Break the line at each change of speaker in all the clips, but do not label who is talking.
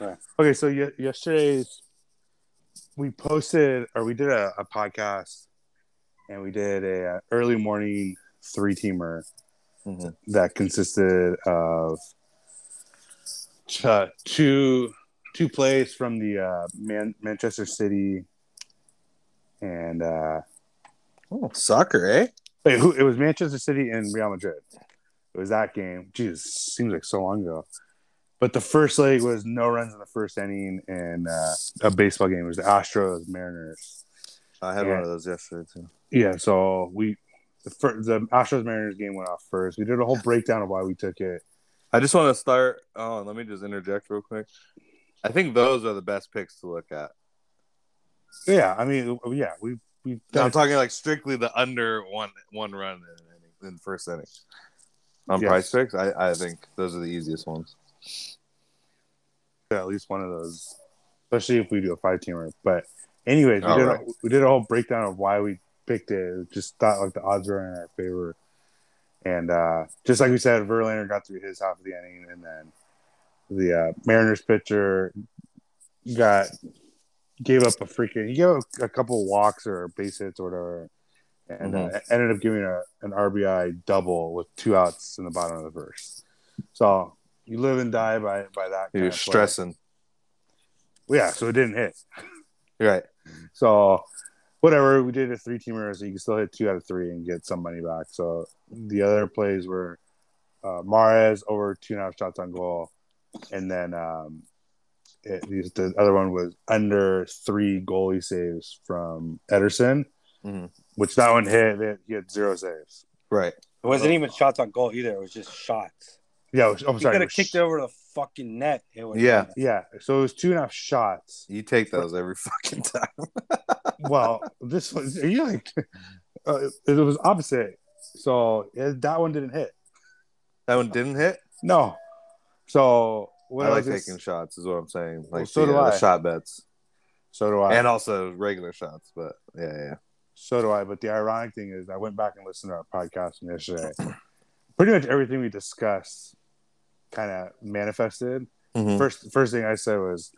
Yeah. Okay, so y- yesterday's we posted or we did a, a podcast and we did a uh, early morning three teamer
Mhm.
that consisted of ch- two two plays from the uh, Man- Manchester City and uh,
Oh, soccer, eh?
wait, who, it was Manchester City and Real Madrid. It was that game. Jeez, seems like so long ago. But the first leg was no runs in the first inning and uh, a baseball game. It was the Astros Mariners.
I had
Yeah.
one of those yesterday too.
Yeah, so we the fir- the Astros Mariners game went off first. We did a whole breakdown of why we took it.
I just want to start. Oh, let me just interject real quick. I think those are the best picks to look at.
Yeah, I mean, yeah, we we
I'm talking like strictly the under one one run in an inning, in first inning. On
Yes.
price picks, I, I think those are the easiest ones.
at least one of those, especially if we do a five teamer. But anyways, we
All
did
right.
a, we did a whole breakdown of why we picked it. Just thought like the odds were in our favor, and uh, just like we said, Verlander got through his half of the inning, and then the uh, Mariners pitcher got gave up a freaking he gave up a couple walks or base hits or whatever. And
Mm-hmm.
uh, ended up giving a, an RBI double with two outs in the bottom of the first. So you live and die by by that. kind
You're
of play.
stressing.
Yeah, so it didn't hit.
You're right.
So whatever, we did a three teamer, so you can still hit two out of three and get some money back. So the other plays were uh Mares over two and a half shots on goal. And then um it, the the other one was under three goalie saves from Ederson,
Mm-hmm.
Mhm.
which that one hit. They- He had zero saves.
Right.
It
Oh.
wasn't even shots on goal either. It was just shots.
Yeah, I'm
He
sorry.
could
it
have
was-
kicked it over the fucking net. It would
Yeah.
Yeah, so it was two and a half shots.
You take those every fucking time.
well, this was you like uh, it was opposite. So uh, that one didn't hit.
That one didn't hit.
No. So what
I
I
like
was just-
taking shots, is what I'm saying. Like
Well, so
the,
do
uh, the
I.
shot bets,
so do I.
and also regular shots. But yeah, yeah.
so do I. But the ironic thing is, I went back and listened to our podcast from yesterday. Pretty much everything we discussed kind of manifested.
Mhm.
First, first thing I said was.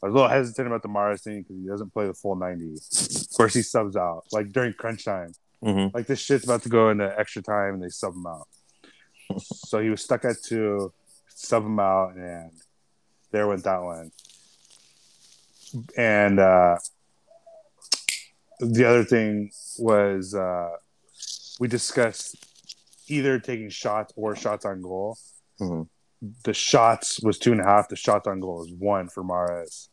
I was a little hesitant about the Mars thing because he doesn't play the full 90. Of course, he subs out like during crunch time.
Mhm.
like this shit's about to go into extra time and they sub him out. so he was stuck at two, sub him out, and there went that one. And uh, the other thing was uh, we discussed either taking shots or shots on goal.
Mhm.
The shots was two and a half. The shots on goal was one for Mares.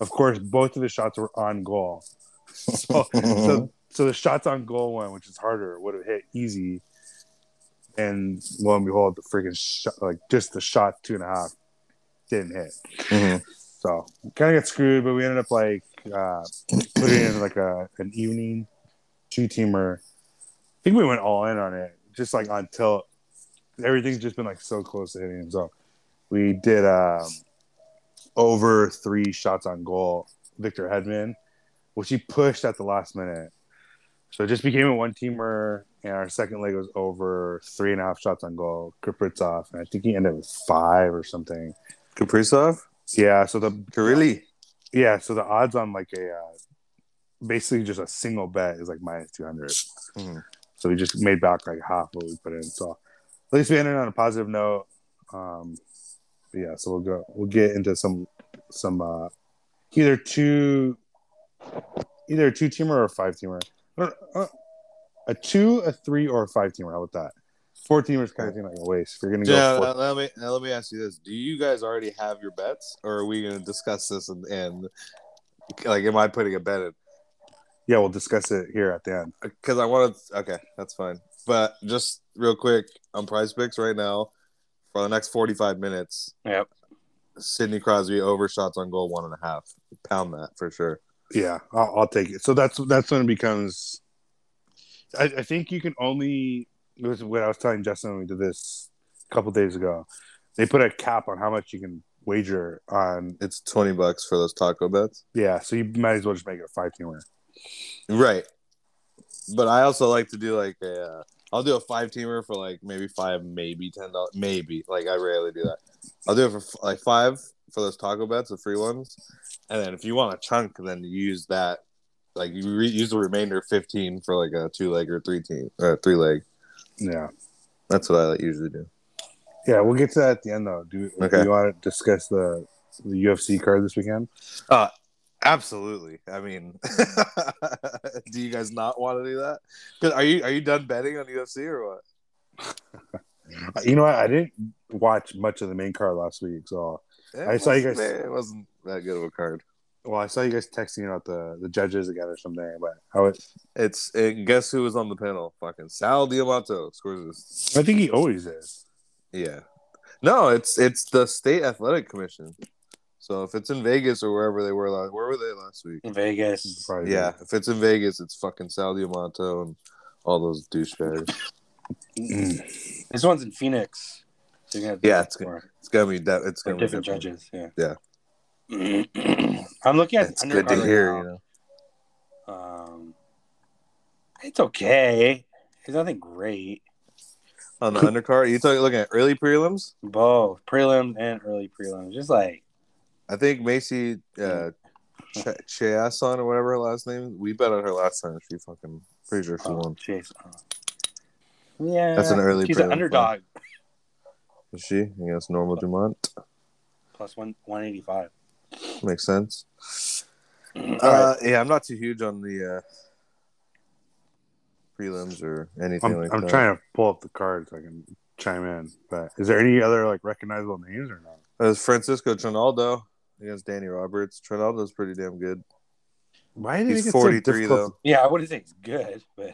Of course, both of the shots were on goal. So
Mm-hmm.
so so the shots on goal one, which is harder, would have hit easy. And lo and behold, the freaking shot, like just the shot two and a half didn't hit.
Mhm.
So kind of got screwed, but we ended up like uh, putting in like a an evening two teamer. I think we went all in on it, just like on tilt. Everything's just been like so close to hitting. So we did um, over three shots on goal. Victor Hedman, which he pushed at the last minute. So it just became a one teamer, and our second leg was over three and a half shots on goal. Kripitz off, and I think he ended up with five or something.
Kaprizov,
Yeah, so the
Kirili.
yeah, so the odds on like a uh, basically just a single bet is like minus two
Mhm.
So we just made back like half what we put in. So at least we ended on a positive note. Um, but yeah, so we'll go. We'll get into some some uh, either two either a two teamer or a five teamer. I don't- uh, A two, a three, or a five teamer. How about that? Four teamers kind of seem like a waste. If you're gonna
Yeah,
go four,
let me now let me ask you this: Do you guys already have your bets, or are we going to discuss this and, and like, am I putting a bet in?
yeah, we'll discuss it here at the end.
Because I want to. Okay, that's fine. But just real quick on Prize Picks right now, for the next forty-five minutes.
Yep.
Sidney Crosby over shots on goal one and a half. Pound that for sure.
Yeah, I'll, I'll take it. So that's that's when it becomes. I, I think you can only. It was what I was telling Justin when we did this a couple days ago. They put a cap on how much you can wager on.
It's twenty bucks for those taco bets.
Yeah, so you might as well just make it a five teamer.
Right. But I also like to do like a, uh, I'll do a five teamer for like maybe five, maybe ten dollars, maybe. Like I rarely do that. I'll do it for f- like five for those taco bets, the free ones, and then if you want a chunk, then you use that. Like you re- use the remainder fifteen for like a two leg or three team or three leg.
Yeah.
That's what I like, usually do.
Yeah, we'll get to that at the end though. Do,
Okay.
do you want to discuss the the UFC card this weekend?
Absolutely. I mean, do you guys not want to do that? 'Cause Are you are you done betting on UFC or what?
You know what? I didn't watch much of the main card last week, so
It
I saw you
wasn't-
guys-
It wasn't that good of a card.
well, I saw you guys texting about the the judges again or something, but I would,
It's and guess who was on the panel? Fucking Sal Diamato scores this.
I think he always is.
Yeah. No, it's it's the state athletic commission. So if it's in Vegas or wherever they were last, where were they last week?
in Vegas.
Probably
Yeah, if it's in Vegas, it's fucking Sal Diamato and all those douchebags.
this one's in Phoenix. So you're gonna have
Yeah,
different-
it's good. It's gonna be that. It's
or,
gonna
or
be
different judges. Yeah.
Yeah.
I'm looking at
It's
the
good
undercard
to
right
hear.
now.
You know.
Um, it's okay. It's nothing great.
on the undercard. You talking looking at early prelims?
Both prelims and early prelims, just like
I think Macy uh, Ch- Chiasson or whatever her last name. We bet on her last time. She fucking pretty sure she
oh,
won.
jeez. Oh. Yeah,
That's an early
He's an
prelim,
underdog,
Is she against Normal Dumont?
plus one one eighty five.
Makes sense.
All
Uh, yeah, I'm not too huge on the uh, prelims or anything
I'm,
like
I'm
that.
trying to pull up the card so I can chime in. But is there any other like recognizable names or not?
It was Francisco Trinaldo against Danny Roberts. Trinaldo's pretty damn good.
Why did
He's 43 though.
Yeah, I wouldn't say it's good, but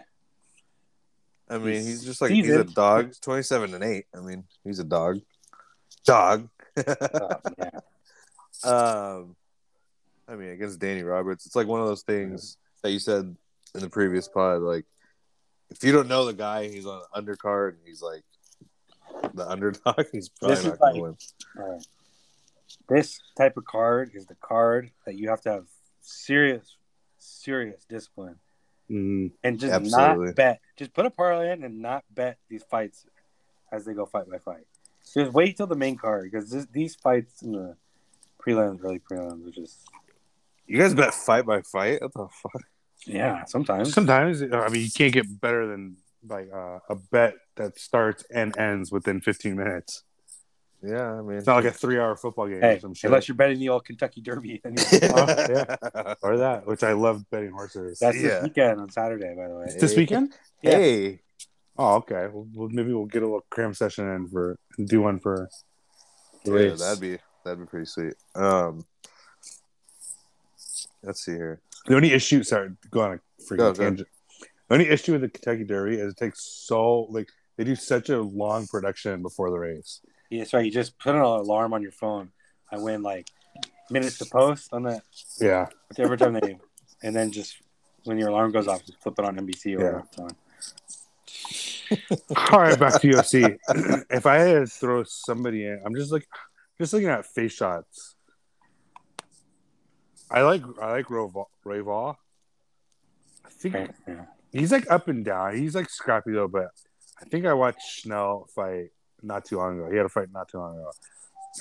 I mean, he's just like
He's
he's a
in.
dog. 27 and 8. I mean, he's a dog. Dog.
uh, yeah.
Um, I mean, against Danny Roberts, it's like one of those things that you said in the previous pod. Like, if you don't know the guy, he's on an undercard and he's like the underdog. He's
This
probably
is
not going to
like-
win.
All right. This type of card is the card that you have to have serious, serious discipline
Mm,
and just
Absolutely.
not bet. Just put a parlay in and not bet these fights as they go fight by fight. Just wait till the main card because this, these fights in the prelims, early prelims, are just
You guys bet fight by fight. What the fuck?
yeah. Sometimes
sometimes uh, I mean you can't get better than like uh, a bet that starts and ends within 15 minutes.
Yeah, I mean,
It's not like a three-hour football game or
hey,
some shit.
unless you're betting the old Kentucky Derby, then you-
yeah. or that, which I love betting horses.
that's
Yeah.
this weekend on Saturday, by the way.
It's this weekend.
Yeah.
Hey,
Oh, okay. Well, well, maybe we'll get a little cram session in for do one for the
yeah,
race.
that'd be that'd be pretty sweet. Um, let's see here.
The only issue, sorry, go on a freaking
Go, go.
tangent. The only issue with the Kentucky Derby is it takes so like they do such a long production before the race.
Yeah, sorry. You just put an alarm on your phone. I win like minutes to post on that
Yeah,
whatever time they, and then just when your alarm goes off, just flip it on NBC or
Yeah.
whatever it's on.
All right, back to UFC. if I had to throw somebody in, I'm just like, just looking at face shots. I like I like Rova, Rayval. I think
Right? Yeah.
he's like up and down. He's like scrappy though, but I think I watched Schnell fight not too long ago. He had a fight not too long ago.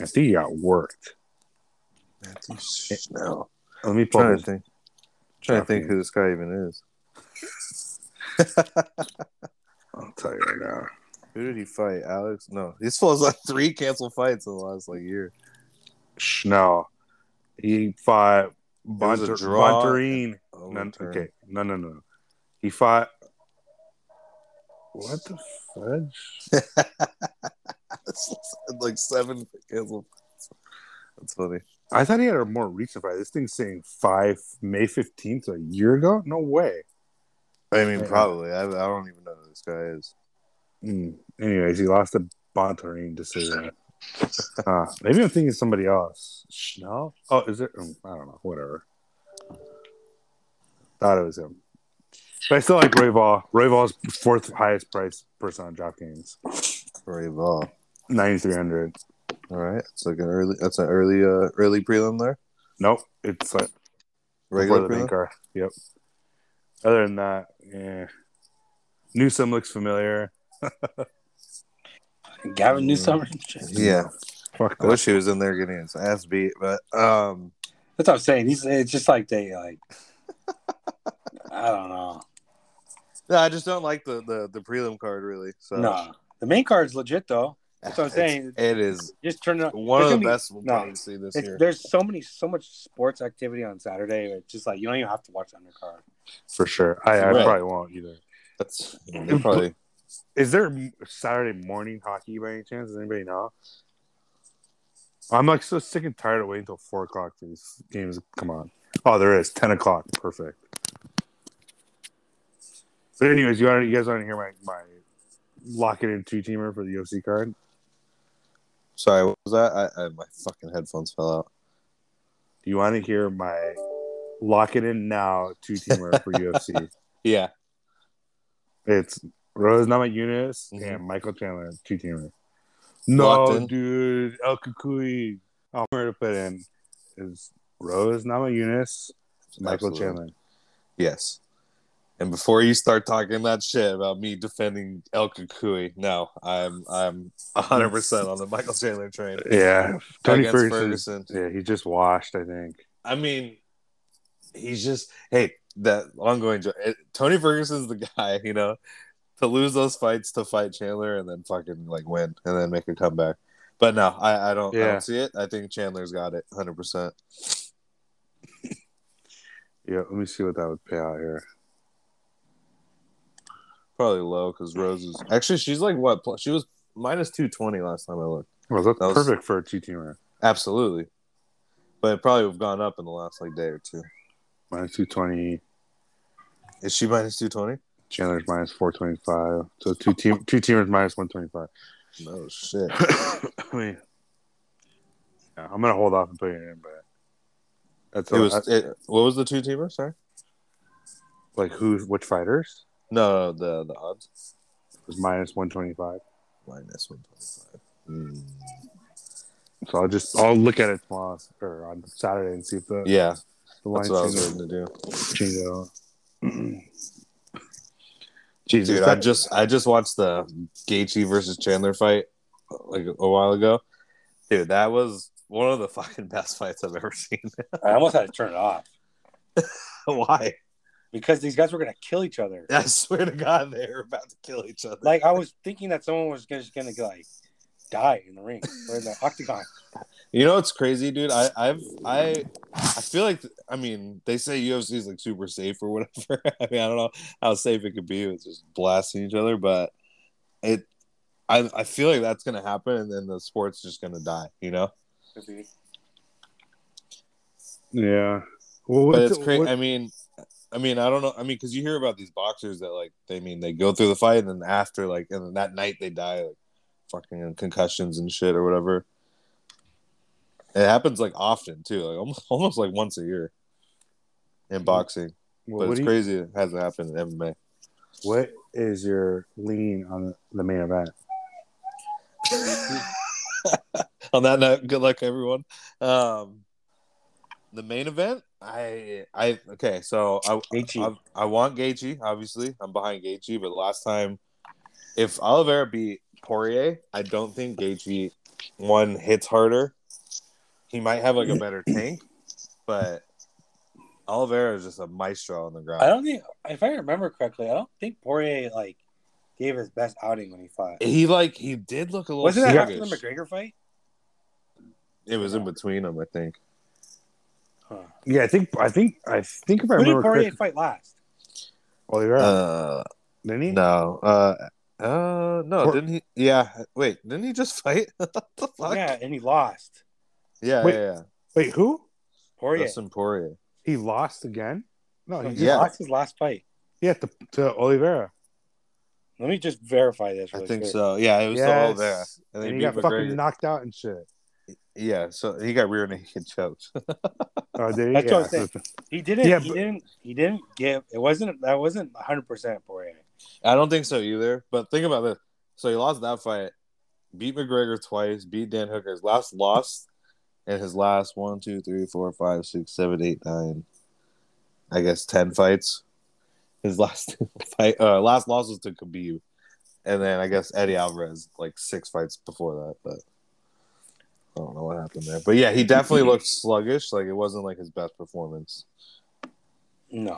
I think he got worked.
No.
Let me
trying
pull
to
this.
think. Trying to think who this guy even is.
I'll tell you right now.
Who did he fight? Alex? No, he's falls like three canceled fights in the last like year.
Schnell. He fought
was a
Bonter-
draw.
Bontarine.
Oh,
No,
turn.
okay. No, no, no. He fought. What the fudge?
This is, like seven canceled. Fights. That's funny.
I thought he had a more recent fight. This thing's saying five May fifteenth, a year ago. No way.
I mean,
Yeah.
probably. I, I don't even know who this guy is.
Mm. Anyways, he lost to Bontarine decision. uh, maybe I'm thinking somebody else. Schnell. Oh, is it? um, I don't know. Whatever. Thought it was him. But I still like Royval. Royval's fourth highest priced person on DraftKings,
Ray Ball.
ninety three hundred.
All right, it's like an early. That's an early, uh, early prelim there.
Nope, it's like
Regular
before the main
prelim.
car. Yep. Other than that, yeah. Newsom looks familiar.
Gavin
Mm.
Newsom.
Yeah,
Fuck
I
that.
wish he was in there getting his ass beat, but um,
That's what I'm saying. These it's just like they like. I don't know.
no, I just don't like the the, the prelim card really. So
No, the main card's legit though. That's what I'm
It's-
saying.
It is
Just turn it on.
one of
There's
the
gonna be-
best we'll
no,
probably see this
It's,
year
there's so many, so much sports activity on Saturday. It's just like you don't even have to watch undercard.
For sure. I, I
Right.
probably won't either.
That's they're probably
Is there m- Saturday morning hockey by any chance? Does anybody know? I'm like so sick and tired of waiting until four o'clock for these games. Come on. Oh, there is ten o'clock. Perfect. But anyways, you want you guys want to hear my my lock it in two teamer for the OC card?
sorry. What was that? I, I my fucking headphones fell out.
Do you want to hear my lock it in now two teamer for UFC?
Yeah,
It's Rose Namajunas
Mhm.
and Michael Chandler two teamer.
Locked
No,
in.
dude, El Kukui. I'm to put in is Rose Namajunas, Michael
Absolutely.
Chandler.
Yes. And before you start talking that shit about me defending El Kukui, no, I'm I'm 100 percent on the Michael Chandler train.
Yeah, Tony
Against
Ferguson.
Ferguson.
Yeah, he just washed. I think.
I mean, he's just hey that ongoing. jo- eh, Tony Ferguson's the guy, you know, to lose those fights to fight Chandler and then fucking like win and then make a comeback. But no, I, I don't. I
Yeah.
don't see it. I think Chandler's got it, hundred percent.
Yeah, let me see what that would pay out here.
Probably low because Rose is actually she's like what plus she was minus two twenty last time I looked.
Well, that's
That was-
perfect for a two teamer.
Absolutely, but it probably have gone up in the last like day or two.
Minus two twenty.
Is she minus two twenty?
Chandler's minus four twenty five. So two team two teamers minus one twenty five.
No shit.
I mean, yeah, I'm gonna hold off and put it in, but that's
It was. It, what was the two teamer? Sorry.
like who which fighters
No, the the odds.
It was minus one twenty five.
minus one twenty five.
So I'll just I'll look at it tomorrow or on Saturday and see if the
Yeah,
the line
that's what I was
changes.
going to do,
changes at all. Jesus,
dude. I
that-
just I just watched the Gaethje versus Chandler fight like a while ago, dude. That was one of the fucking best fights I've ever seen.
I almost had to turn it off
Why?
because these guys were gonna kill each other.
I swear to God, they were about to kill each other.
Like I was thinking that someone was just gonna like die in the ring or in the octagon.
You know what's crazy, dude? I, I've I I feel like I mean they say UFC is like super safe or whatever. I mean I don't know how safe it could be with just blasting each other, but it I I feel like that's gonna happen and then the sport's just gonna die. You know,
yeah. Well,
but
what's-
it's crazy.
what-
I mean. I mean, I don't know. I mean, because you hear about these boxers that like they mean they go through the fight and then after like and then that night they die like fucking concussions and shit or whatever. It happens like often too, like almost almost like once a year in boxing.
well,
But
what
it's
do you-
crazy it hasn't happened in MMA.
what is your lean on the main event?
On that note, good luck everyone. Um, the main event, I I okay, so I
Gaethje.
I, I want Gaethje. Obviously, I'm behind Gaethje. But last time, if Oliveira beat Poirier, I don't think Gaethje one hits harder. He might have like a better tank, but Oliveira is just a maestro on the ground.
I don't think, if I remember correctly, I don't think Poirier like gave his best outing when he fought.
He like he did look a little.
Wasn't that after the
sluggish.
McGregor fight?
It was in between them, I think.
Huh.
Yeah, I think I think I think if I
Who did
remember
Poirier
correctly,
fight last?
Oliveira,
Uh,
didn't he?
no. Uh, uh, no.
Or-
didn't he? Yeah. Wait. Didn't he just fight? what the fuck? Yeah.
Yeah, and he lost.
Yeah.
Wait,
yeah.
Wait, who?
Poirier.
Dustin Poirier.
He lost again? No, Oh, he
he
just
Yeah.
lost his last fight.
yeah to, to Oliveira.
Let me just verify this.
I
really
think
quick.
so. Yeah. It was
Yes.
all there.
And,
And they
he
beat
got
McGregor.
fucking knocked out and shit.
Yeah, so he got rear naked choked.
Oh, did he?
That's what I'm
Yeah.
saying. He didn't.
Yeah,
he
but-
didn't. He didn't give. It wasn't. That wasn't 100 percent Poirier.
I don't think so either. But think about this. So he lost that fight, beat McGregor twice, beat Dan Hooker. His last loss and his last one, two, three, four, five, six, seven, eight, nine, I guess ten fights. His last fight, uh, last loss was to Khabib, and then I guess Eddie Alvarez like six fights before that. But I don't know what happened there. But yeah, he definitely looked sluggish. Like it wasn't like his best performance.
No.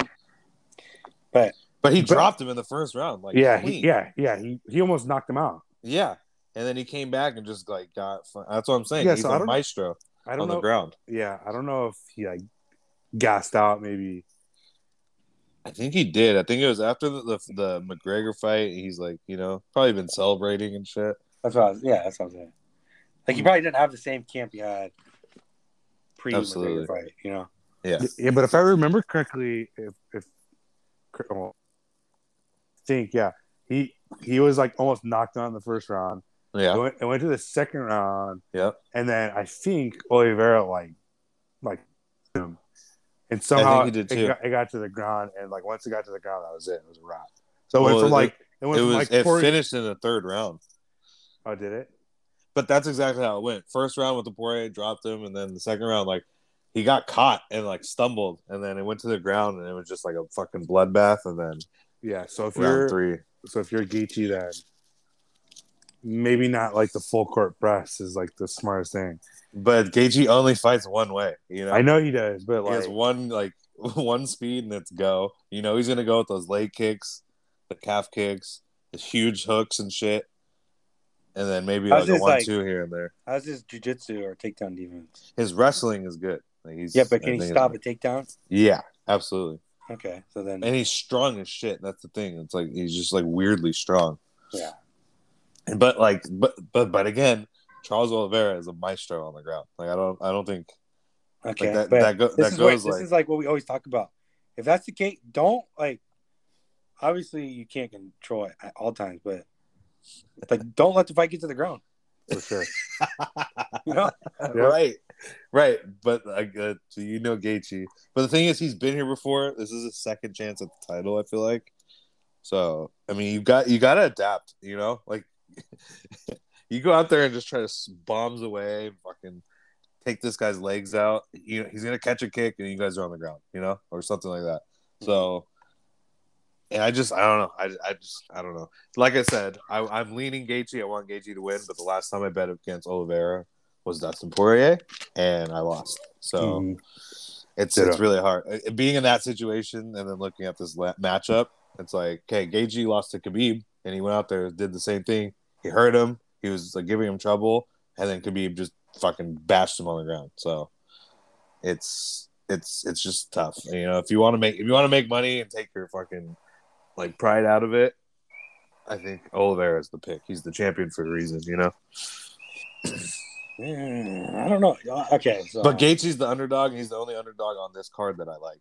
But he
But-
dropped him in the first round. Like
yeah, he,
clean.
yeah, yeah. He he almost knocked him out.
yeah. And then he came back and just like got. fu- That's what I'm saying.
Yeah,
He's
so I
a
don't-
maestro
I
on
don't
the
know.
ground.
Yeah, I don't know if he like gassed out. Maybe
I think he did. I think it was after the, the the McGregor fight. He's like, you know, probably been celebrating and shit.
That's what I was, yeah, that's what I'm saying. Like he probably didn't have the same camp he had pre
Absolutely.
McGregor fight, you know.
Yeah,
Yeah, but if I remember correctly, if if cor- well, I think yeah, he he was like almost knocked out in the first round. It,
yeah,
went, it went to the second round,
yeah.
and then I think Oliveira like like him, and
I
somehow
think he did
it,
too.
got, it got to the ground, and like once it got to the ground, that was it. It was a wrap. So it
Well,
went from
it-
like it
It
went from
was
like
it
four-
finished in the third round,
oh did it?
but that's exactly how it went. First round with the Poirier dropped him, and then the second round, like he got caught and like stumbled, and then it went to the ground, and it was just like a fucking bloodbath. And then
Yeah. So if
round
you're
three,
so if you're Geechee, then maybe not like the full court press is like the smartest thing.
but Gaethje only fights one way. You know,
I know he does, but
He
like
has one like one speed and it's go. You know he's gonna go with those leg kicks, the calf kicks, the huge hooks and shit, and then maybe
I
like
was
a
just
one
like-
two here and there.
How's his jujitsu or takedown defense?
His wrestling is good. Like, he's,
Yeah, but
I
can he
think
stop a
it's-
takedown?
Yeah, absolutely.
Okay, so then
And he's strong as shit. That's the thing. It's like he's just like weirdly strong.
yeah,
But like, but but but again, Charles Oliveira is a maestro on the ground. Like I don't I don't think
okay.
like that
but
that, go,
this
that
is
goes
what,
like
this is like what we always talk about. If that's the case, don't like. Obviously, you can't control it at all times, but like, don't let the fight get to the ground.
for sure.
You know,
Right, right. But like, uh, so you know Gaethje. But the thing is, he's been here before. This is his second chance at the title. I feel like. So I mean, you got you got to adapt. You know, like you go out there and just try to s- bombs away, and fucking take this guy's legs out. You know, he's gonna catch a kick, and you guys are on the ground. You know, or something like that. So. And I just, I don't know. I, I just, I don't know. Like I said, I, I'm leaning Gaethje. I want Gaethje to win, but the last time I bet against Oliveira, was Dustin Poirier, and I lost. So
Mhm.
it's
Ditto.
it's really hard Uh, being in that situation and then looking at this la- matchup. It's like, okay, Gaige lost to Khabib, and he went out there did the same thing. He hurt him. He was like giving him trouble, and then Khabib just fucking bashed him on the ground. So it's it's it's just tough. You know, if you want to make if you want to make money and take your fucking like pride out of it, I think Oliveira is the pick. He's the champion for a reason. You know.
Mm, I don't know. Okay, so
But Gaethje's the underdog, and he's the only underdog on this card that I like.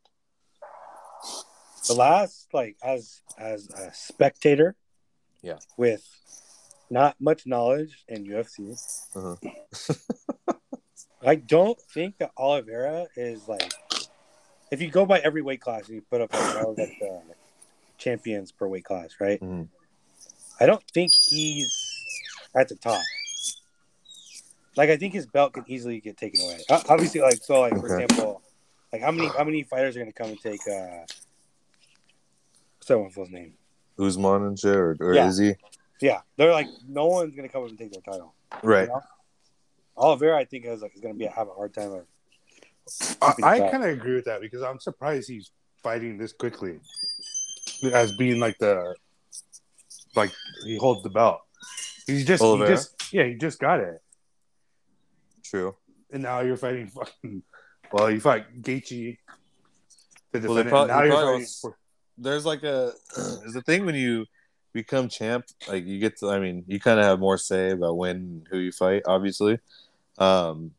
the last like as as a spectator,
Yeah.
with not much knowledge in UFC,
Uh-huh.
I don't think that Oliveira is like. If you go by every weight class, you put up like, all like the champions per weight class, right?
Mhm.
I don't think he's at the top. Like I think his belt could easily get taken away. O- Obviously, like so, like for
Okay.
example, like how many how many fighters are going to come and take uh, what's that one fool's name?
Usman and shit, or, or
Yeah.
is he?
Yeah, they're like no one's gonna come up and take their title.
Right.
You know? Oliveira, I think, is like is gonna be have a hard time. Of,
I, I kind of agree with that because I'm surprised he's fighting this quickly as being like the like he holds the belt. He's just, he
Oliveira?
just yeah, he just got it,
True.
and now you're fighting fucking. Well, you fight Gaethje. The
Well, they
defendant.
prob-
now
they
you're
probably
fighting.
was-
for-
There's like a there's a thing when you become champ, like you get to. I mean, you kind of have more say about when and who you fight, obviously. Um,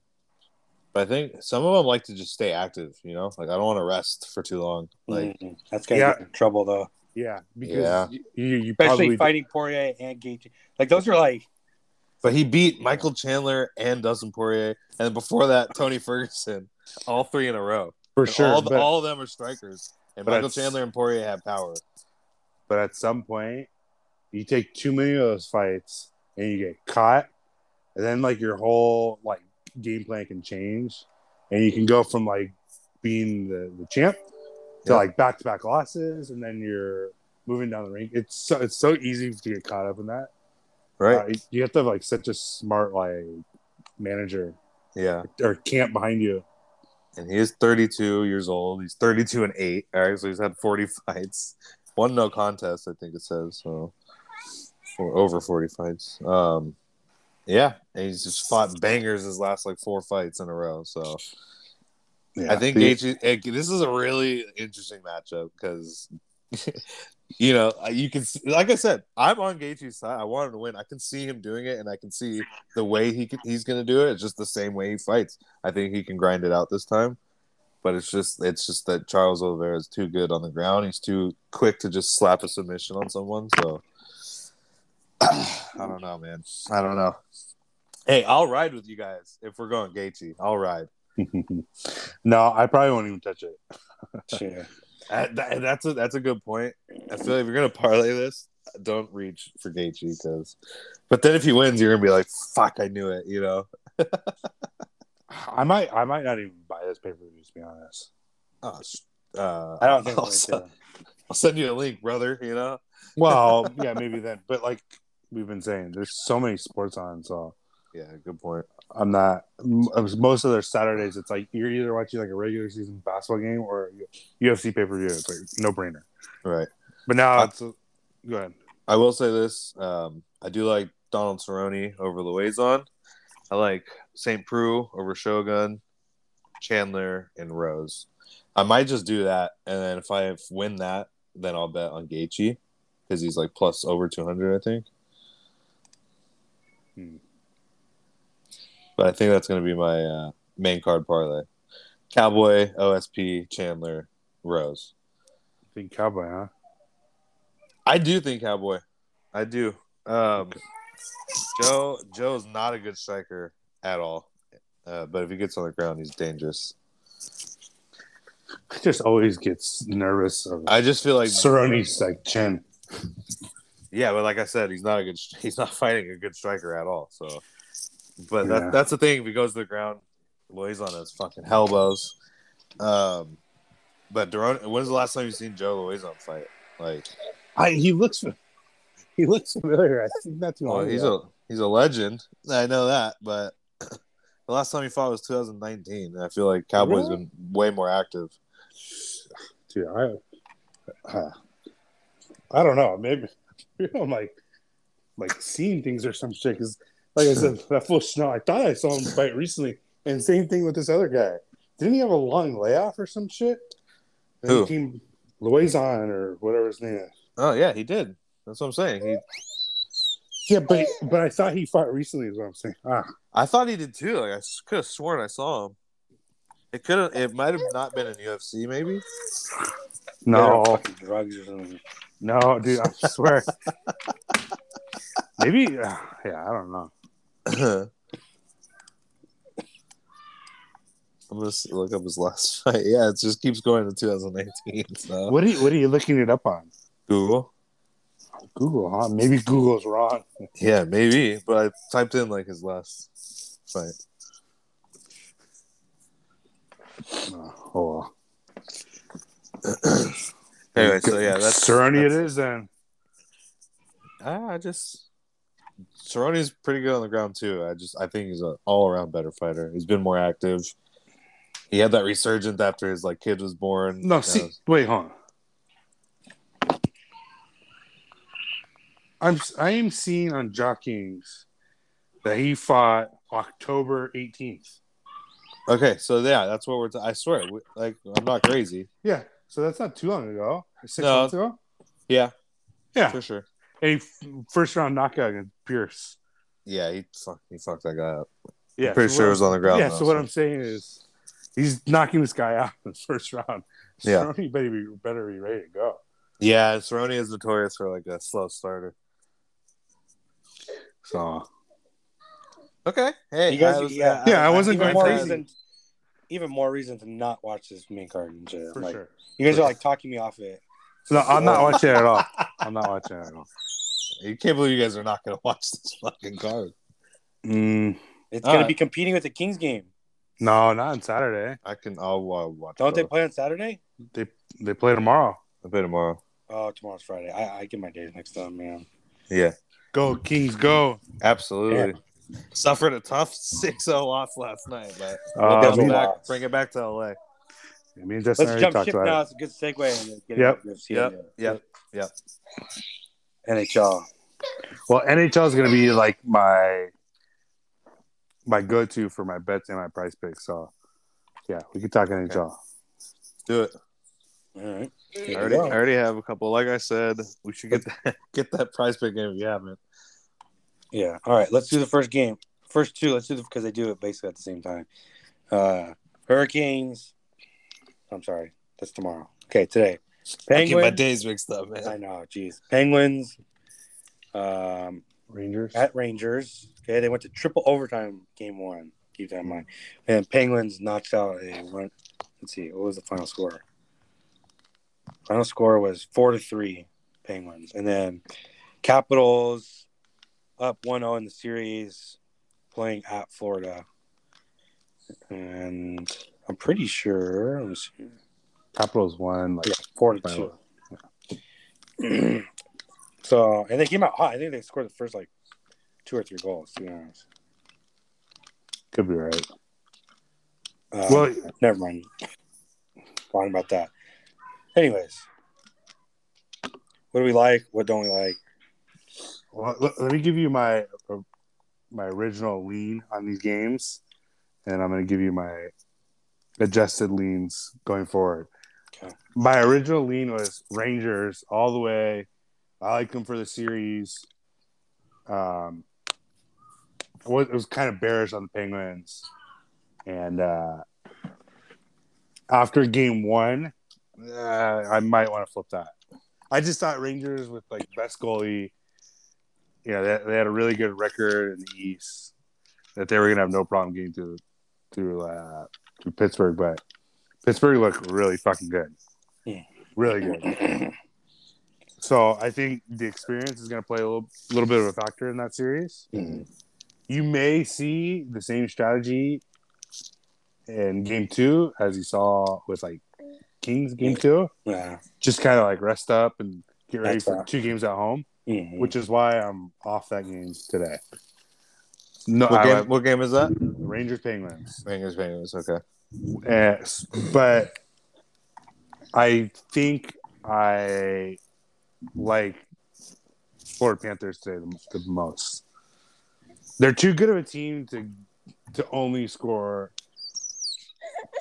but I think some of them like to just stay active. You know, like I don't want to rest for too long. Like,
Mm, that's gonna
Yeah.
get in trouble though,
yeah, because
Yeah.
you you, you
especially
probably
fighting Poirier and Gaethje. Like those are like
but he beat Michael Chandler and Dustin Poirier, and before that, Tony Ferguson, all three in a row.
for
And
sure.
all, the,
but,
all of them are strikers, and
but
Michael
it's-
Chandler and Poirier have power.
but at some point, you take too many of those fights and you get caught, and then like your whole like game plan can change, and you can go from like being the, the champ to
Yeah.
like back to back losses, and then you're moving down the rink. It's so it's so easy to get caught up in that.
right?
Uh, you have to have like such a smart like manager
yeah.
or camp behind you.
And he is 32 years old. He's 32 and 8. All right. So he's had 40 fights. One no contest, I think it says. So for over 40 fights. Um, yeah. And he's just fought bangers his last like four fights in a row. So
Yeah.
I think
The-
Gaethje, eh, this is a really interesting matchup because, you know, you can see, like I said, I'm on Gaethje's side. I want him to win. I can see him doing it, and I can see the way he can, he's going to do it. It's just the same way he fights. I think he can grind it out this time, but it's just it's just that Charles Oliveira is too good on the ground. He's too quick to just slap a submission on someone. So I don't know, man. I don't know. Hey, I'll ride with you guys if we're going Gaethje. I'll ride.
no, I probably won't even touch it.
Sure.
That, that- that's a that's a good point. I feel like if you're gonna parlay this, don't reach for Gaethje because. But then if he wins, you're gonna be like, "Fuck, I knew it," you know.
I might I might not even buy this pay per view to be honest.
Oh, sh- uh,
I don't think
I'll,
I'll
se-
do.
I'll send you a link, brother. You know.
Well, yeah, maybe then. But like we've been saying, there's so many sports on, so
Yeah, good point.
I'm not. m- Most of their Saturdays, it's like you're either watching like a regular season basketball game or UFC pay per view. It's like no brainer.
Right.
But now
I-
it's a, go ahead.
I will say this: um, I do like Donald Cerrone over Luizon. I like St. Preux over Shogun, Chandler, and Rose. I might just do that, and then if I win that, then I'll bet on Gaethje because he's like plus over two hundred, I think.
Hmm.
But I think that's going to be my uh, main card parlay: Cowboy, OSP, Chandler, Rose.
Think cowboy, huh?
I do think Cowboy. I do. Um, Joe Joe's not a good striker at all, uh, but if he gets on the ground, he's dangerous.
He just always gets nervous of
I just feel like,
Cerrone's like chin.
yeah, but like I said, he's not a good. He's not fighting a good striker at all. So, but
Yeah.
that, that's the thing. If he goes to the ground, Loizon has fucking elbows. Um, but Duron, when's the last time you seen Joe Loizon fight? Like,
I he looks he looks familiar. I think not too
Well,
long.
Oh, he's
ago.
a he's a legend. I know that, but the last time he fought was 2019, and I feel like Cowboy's
Really?
been way more active.
Dude, I, uh, I don't know. Maybe maybe I'm like, like seeing things or some shit. Because, like I said, that fool Snow, I thought I saw him fight recently. And same thing with this other guy. Didn't he have a long layoff or some shit? And
Who?
He came Loison or whatever his name is.
Oh yeah, he did. That's what I'm saying. He,
Yeah, but but I thought he fought recently. Is what I'm saying. Ah,
I thought he did too. Like I could have sworn I saw him. It could have. It might have not been in UFC. Maybe.
They're on
no,
fucking drugs or something.
no, dude, I swear. Maybe, uh, yeah, I don't know.
I'm gonna s- look up his last fight. Yeah, it just keeps going to 2019. So
What are you, what are you looking it up on?
Google.
Google, huh? Maybe Google's wrong.
Yeah, maybe. But I typed in like his last fight.
Oh, oh well.
Anyway, so yeah, that's
Cerny it is then.
Ah, I just Cerrone's pretty good on the ground too. I just I think he's an all around better fighter. He's been more active. He had that resurgence after his like kid was born.
No,
That
see,
was-
wait, hold on. I'm I am seeing on Jockings that he fought October 18th.
okay, so yeah, that's what we're. T- I swear, we, like I'm not crazy.
Yeah, so that's not too long ago. Six
No.
months ago.
Yeah,
Yeah,
for sure.
a f- first round knockout against Pierce.
Yeah, he fuck, he fucked that guy up.
Yeah,
pretty
so
sure
what-
it was on the ground.
Yeah,
though,
so what I'm saying is he's knocking this guy out in the first round.
Yeah.
Cerny better be better be ready to go.
yeah, Cerrone is notorious for like a slow starter.
So
Okay, hey,
You guys-
I was-
yeah.
Yeah, I wasn't
Even
going
more
crazy.
reason, even more reason to not watch this main card in jail.
for
Like,
sure.
You guys are like talking me off of it.
No, I'm not watching it at all. I'm not watching it at all.
You can't believe you guys are not going to watch this fucking card.
Mm,
It's
All
gonna
right.
be competing with the Kings game.
No, not on Saturday.
I can. I'll uh, watch.
Don't they
both.
play on Saturday?
They they play tomorrow.
I play tomorrow.
Oh, tomorrow's Friday. I, I get my days mixed up, man.
Yeah,
Go Kings, go!
absolutely. Suffered a tough 6-0 loss last night, but
Uh, me,
we'll
that's
come
a
me
lot.
back, bring it back to LA.
and Justin
Let's
already
jump
talked
ship
about
now.
it.
It's a good segue. And get
Yep.
into UFC,
Yep.
uh,
Yep. Yep.
NHL.
Well, NHL is gonna be like my my go to for my bets and my price picks. So yeah, we could talk NHL.
Do it.
All right.
I
There
already,
you
I
go.
already have a couple. Like I said, we should get that, get that prize pick game if you haven't.
Yeah. All right. Let's do the first game. First two. Let's do the because they do it basically at the same time. Uh, Hurricanes. I'm sorry. That's tomorrow. Okay, today.
I get my
Penguins.
days mixed up,
I
man.
know. Jeez. Penguins. Um,
Rangers.
at Rangers. Okay, they went to triple overtime game one. Keep that in mind. And Penguins knocked out a one. Let's see, what was the final score? Final score was four to three Penguins, and then Capitals up 1-0 in the series, playing at Florida. And I'm pretty sure. Let me see.
Capitals won like
Yeah, four to
by
two. so, and they came out hot. I think they scored the first like two or three goals. To be honest.
could be right.
Uh,
Well,
never mind. Talking about that. Anyways, what do we like? What don't we like?
Well, let, let me give you my uh, my original lean on these games, and I'm going to give you my adjusted leans going forward.
Okay.
My original lean was Rangers all the way. I like them for the series. Um, I was, it was kind of bearish on the Penguins, and uh, after game one, uh, I might want to flip that. I just thought Rangers with like best goalie you know, they, they had a really good record in the East that they were going to have no problem getting to to, uh, to Pittsburgh, but Pittsburgh looked really fucking good,
Yeah.
really good. So I think the experience is going to play a little, little bit of a factor in that series. You may see the same strategy in Game Two as you saw with like Kings Game Two,
Yeah.
just kind of like rest up and get ready
That's
for
right.
two games at home
Mhm.
which is why I'm off that game today. No,
What
I
game,
went
what game is that?
Rangers Penguins,
Penguins, Penguins. Okay.
Eh, s- but I think I like Florida Panthers today the, the most. They're too good of a team to to only score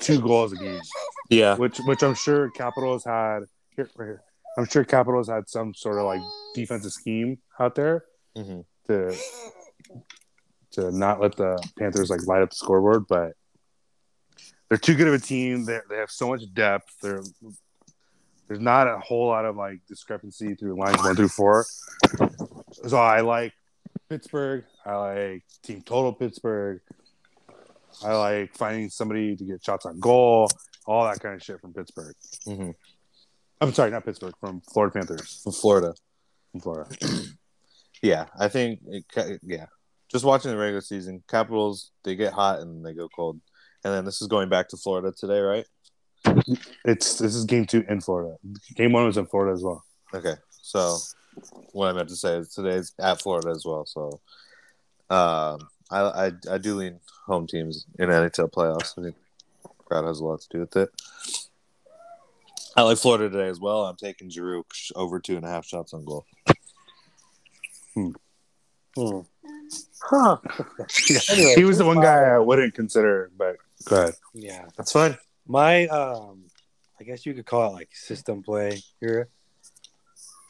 two goals a game,
Yeah.
which which I'm sure Capitals had here, right here. I'm sure Capitals had some sort of like defensive scheme out there.
hmm
to to not let the Panthers like light up the scoreboard, but they're too good of a team. They they have so much depth. They're there's not a whole lot of like discrepancy through lines one through four. So I like Pittsburgh. I like team total Pittsburgh. I like finding somebody to get shots on goal, all that kind of shit from Pittsburgh.
hmm
I'm sorry, not Pittsburgh, from Florida Panthers
From Florida.
from Florida.
Yeah, I think. It, ca- yeah, just watching the regular season, Capitals they get hot and they go cold, and then this is going back to Florida today, right?
It's this is game two in Florida. Game one was in Florida as well.
Okay, so what I meant to say is today's at Florida as well. So, um, I, I I do lean home teams in NHL playoffs. I think crowd has a lot to do with it. I like Florida today as well. I'm taking Giroux over two and a half shots on goal.
Hmm.
Yeah.
Anyway,
he was the one
uh,
guy I wouldn't consider, but go ahead.
Yeah.
That's fine.
My um I guess you could call it like system play here.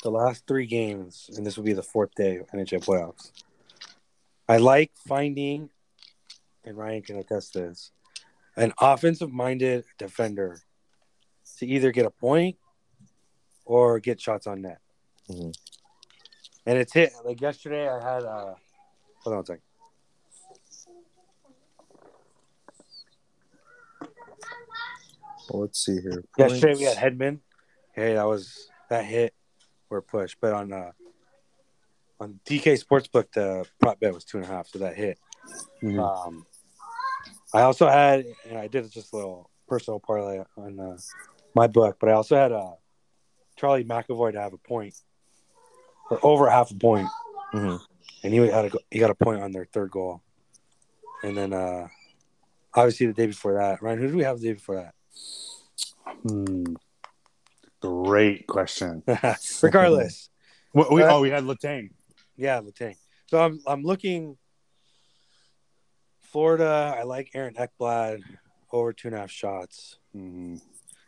The last three games, and this will be the fourth day of NHL playoffs. I like finding, and Ryan can attest to this, an offensive minded defender to either get a point or get shots on net.
Mhm.
And it's hit. Like yesterday, I had, uh, hold on a second.
Well, let's see here.
Yesterday
Points.
we had Headman. Hey, that was that hit or push, but on uh on DK Sportsbook the prop bet was two and a half, so that hit.
Mhm.
Um, I also had, and I did just a little personal parlay on uh, my book, but I also had uh, Charlie McAvoy to have a point or over half a point,
Mhm.
and he had a, go- he got a point on their third goal, and then uh, obviously the day before that, Ryan, who did we have the day before
Hmm. Great question.
that? Regardless,
What, we,
Uh,
oh, we had Latang.
Yeah, Latang. So I'm I'm looking Florida. I like Aaron Eckblad over two and a half shots.
Mhm.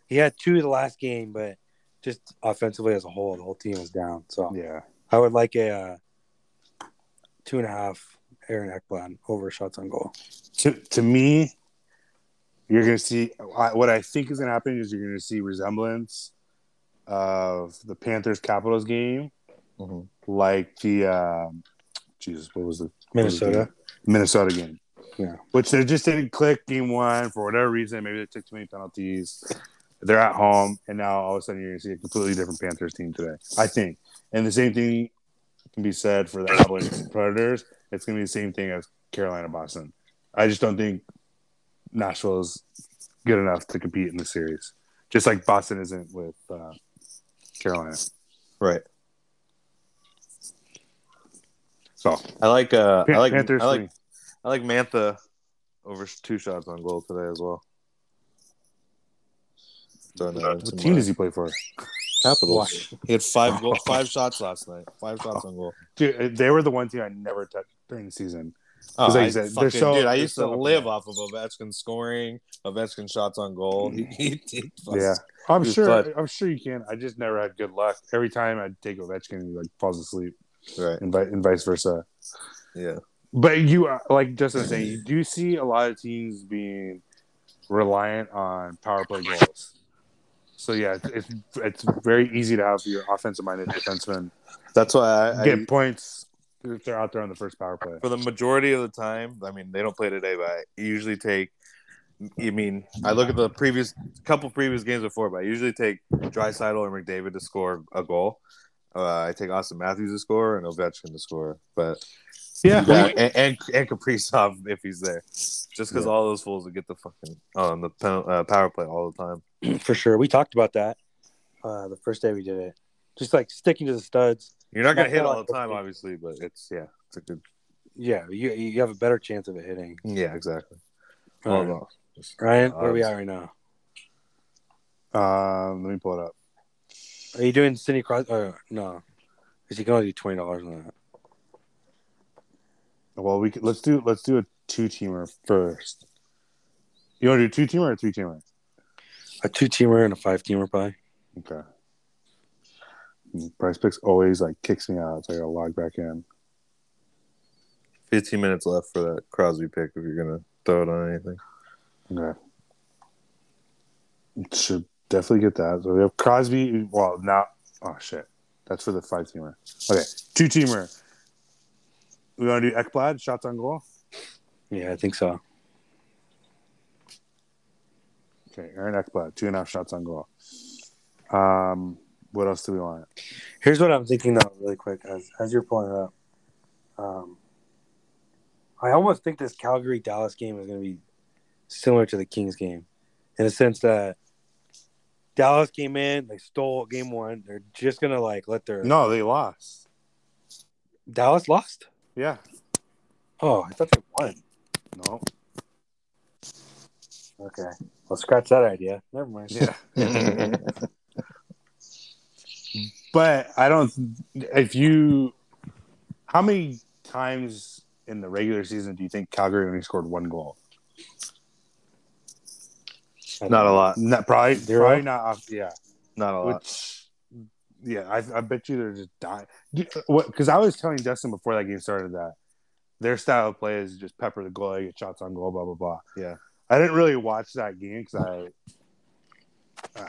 He had two the last game, but just offensively as a whole, the whole team was down. So
Yeah.
I would like a uh, two and a half Aaron Eckblad over shots on goal.
To, to me, you're going to see I, what I think is going to happen is you're going to see resemblance of the Panthers Capitals game,
Mhm.
like the, um, Jesus, what was the
Minnesota.
Minnesota game.
Yeah.
Which they just didn't click game one for whatever reason. Maybe they took too many penalties. They're at home, and now all of a sudden you're going to see a completely different Panthers team today. I think, and the same thing can be said for the Avalanche Predators. It's going to be the same thing as Carolina Boston. I just don't think Nashville is good enough to compete in the series. Just like Boston isn't with uh, Carolina.
Right.
So
I like uh I like
Panthers.
I
for me.
like I like Mantha over two shots on goal today as well. Throwing that into
what team
my-
does he play for?
Capitals?
Wash.
He had five goal, five shots last night. Five shots on goal.
Dude, uh, they were the one team I never touched during the season.
Oh,
Like you
I
said, they're
fucking,
so-
dude, I
they're
used to
so-
live off of Ovechkin scoring, Ovechkin shots on goal. He, he, he fucking-
Yeah. I'm
Just
sure.
thought-
I'm sure you can. I just never had good luck. Every time I take Ovechkin, he like falls asleep,
right.
and, vi- and vice versa.
Yeah,
But you uh, like Justin was saying, you do see a lot of teams being reliant on power play goals. So yeah, it's it's, it's very easy to have your offensive minded defenseman
that's why I, I
get points if they're out there on the first power play.
for the majority of the time. I mean, they don't play today, but I usually take. I mean, I look at the previous couple previous games before, but I usually take Drysidle or McDavid to score a goal. Uh, I take Austin Matthews to score and Ovechkin to score, but
Yeah,
yeah, and, and and Kaprizov if he's there, just because all those fools would get the fucking on the pen, uh, power play all the time.
Mm-hmm. For sure. We talked about that uh, the first day we did it. Just like sticking to the studs.
You're not gonna
That's
hit
how I
all the time,
feel.
obviously, but it's yeah, it's a good
Yeah, you you have a better chance of it hitting.
yeah, exactly.
All
Hold
right.
on.
Ryan, where are we at right now?
Um, let me pull it up.
Are you doing Cindy Cross? Or no, is he going to do twenty dollars on that?
Well, we could, let's do let's do a two teamer first. You want to do two teamer or three teamer?
A two teamer and a five teamer pie.
Okay. Price picks always like kicks me out, so I gotta log back in.
15 minutes left for that Crosby pick if you're gonna throw it on anything.
Okay. Should definitely get that. So we have Crosby. Well, now, oh shit, that's for the five teamer. Okay, two teamer. We want to do Ekblad shots on goal.
Yeah, I think so.
Okay, Aaron Ekblad two and a half shots on goal. Um, what else do we want?
Here's what I'm thinking though, really quick, as as you're pulling it up. Um, I almost think this Calgary Dallas game is going to be similar to the Kings game, in a sense that Dallas came in, they stole game one. They're just going to like let their
No, they lost.
Dallas lost.
Yeah.
Oh, I thought they won.
No.
Okay, well scratch that idea. Never mind.
Yeah. But I don't. If you, how many times in the regular season do you think Calgary only scored one goal?
Not a lot.
Not probably.
Zero?
Probably not. Off, yeah.
Not a lot.
Which. Yeah, I, I bet you they're just dying. Because I was telling Justin before that game started that their style of play is just pepper the goal, get shots on goal, blah blah blah.
Yeah.
I didn't really watch that game because I.